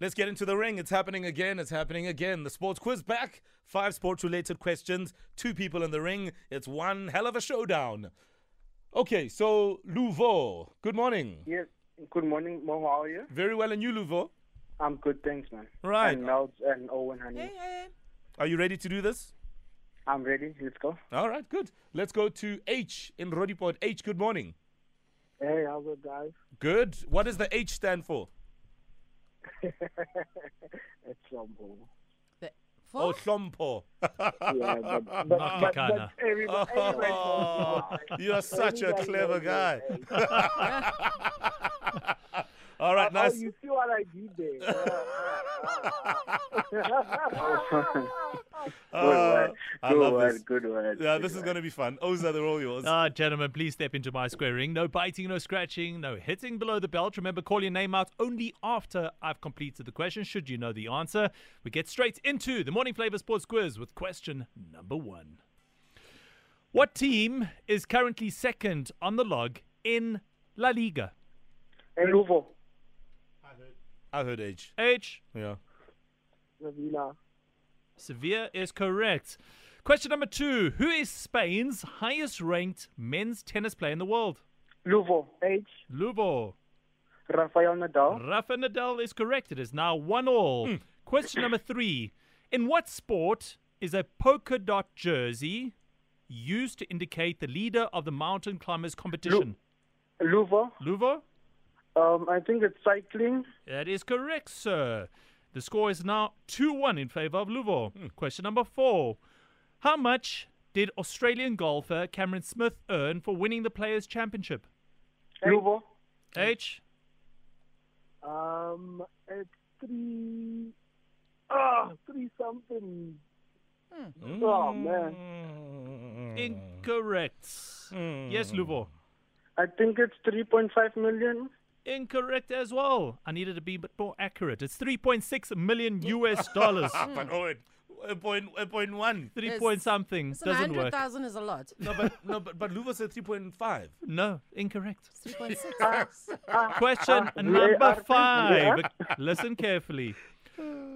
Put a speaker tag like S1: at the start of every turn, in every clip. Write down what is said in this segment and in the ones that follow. S1: Let's get into the ring. It's happening again. It's happening again. The sports quiz back. Five sports related questions, two people in the ring. It's one hell of a showdown. Okay, so Louvo, good morning.
S2: Yes. Good morning, Mo. How are you?
S1: Very well, and you, Louvo?
S2: I'm good, thanks, man.
S1: Right.
S2: And Mel and Owen, honey.
S1: Are you ready to do this?
S2: I'm ready. Let's go.
S1: All right, good. Let's go to H in Rodipod. H, good morning.
S2: Hey, how's it, guys?
S1: Good. What does the H stand for?
S2: It's humble.
S3: The-
S1: Oh,
S3: for?
S1: Hlompo.
S2: Yeah, but, but, but, but
S4: Picana.
S2: everybody, everybody
S1: Oh, you are such a clever guy. All right,
S2: Nice. Oh,
S1: nice.
S2: you see what I did there?
S1: Uh, I
S2: good
S1: love
S2: word,
S1: this.
S2: good word.
S1: Yeah,
S2: good
S1: this is
S2: word.
S1: going to be fun. Oza, they're all yours.
S4: Ah, gentlemen, please step into my square ring. No biting, no scratching, no hitting below the belt. Remember, call your name out only after I've completed the question, should you know the answer. We get straight into the Morning Flavor Sports Quiz with question number one. What team is currently second on the log in La Liga?
S2: Hey, Luvo.
S1: I heard H.
S4: H.
S1: Yeah.
S2: Navila.
S4: Sevilla is correct. Question number two Who is Spain's highest ranked men's tennis player in the world?
S2: Luvo. H.
S4: Lubo.
S2: Rafael Nadal.
S4: Rafa Nadal is correct. It is now one all. Question number three. In what sport is a polka dot jersey used to indicate the leader of the mountain climbers competition?
S2: Luvo.
S4: Luvo?
S2: Um, I think it's cycling.
S4: That is correct, sir. The score is now 2 1 in favor of Luvo. Question number four. How much did Australian golfer Cameron Smith earn for winning the Players' Championship?
S2: Luvo.
S4: H.
S2: Um, it's three. Ah, three something. Oh man,
S4: Incorrect. Yes, Luvo.
S2: I think it's three point five million.
S4: Incorrect as well. I needed to be a bit more accurate. It's 3.6 million US dollars.
S2: Hmm.
S1: But oh, it, a point, a point one.
S4: Three
S3: Yes.
S4: point something.
S3: Listen,
S4: Doesn't work.
S3: 100,000 is a lot.
S1: No, but no, but, but Luva said three point five.
S4: No, incorrect.
S3: 3.6.
S4: Question
S2: are-
S4: number
S2: they
S4: five. Listen carefully.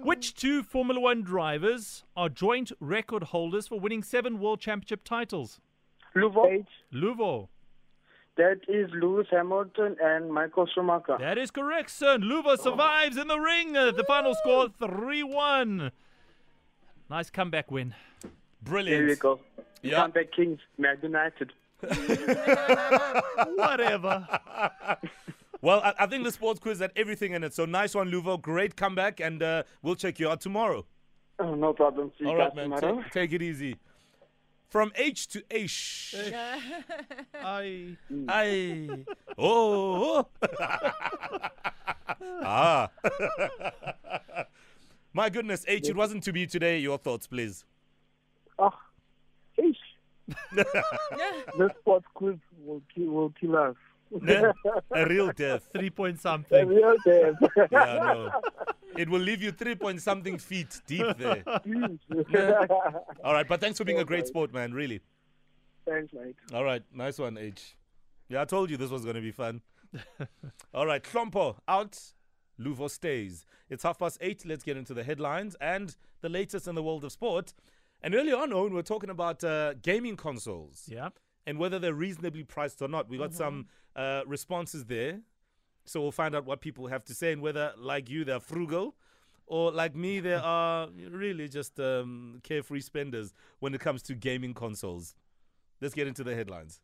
S4: Which two Formula One drivers are joint record holders for winning seven World Championship titles?
S2: Luvo. H.
S4: Luvo.
S2: That is Lewis Hamilton and Michael Schumacher.
S4: That is correct, sir. Luvo survives in the ring. Uh, The final score 3 1. Nice comeback win.
S1: Brilliant.
S2: There we go.
S1: Yeah.
S2: Come back, Kings, Man United.
S4: Whatever.
S1: Well, I, I think the sports quiz had everything in it. So nice one, Luvo. Great comeback, and uh, we'll check you out tomorrow.
S2: Oh, no problem. See you
S1: All right, man.
S2: guys
S1: Ta-
S2: tomorrow.
S1: Take, it easy. From H to H.
S4: I.
S1: Aye. Oh. ah. My goodness, H, it wasn't to be today. Your thoughts, please.
S2: Oh, eesh. this sports quiz will kill, will kill us.
S1: Ne? A real death.
S4: three point
S2: The
S4: something.
S2: real death.
S1: Yeah, I know. It will leave you three point something feet deep there. All right, but thanks for being a great sport, man. Really.
S2: Thanks, mate.
S1: All right, nice one, H. Yeah, I told you this was going to be fun. All right, Klompo out, Luvo stays. It's half past eight. Let's get into the headlines and the latest in the world of sport. And earlier on, Owen, we we're talking about uh, gaming consoles
S4: Yeah.
S1: and whether they're reasonably priced or not. We got some uh, responses there. So we'll find out what people have to say and whether, like you, they're frugal or like me, they are really just um, carefree spenders when it comes to gaming consoles. Let's get into the headlines.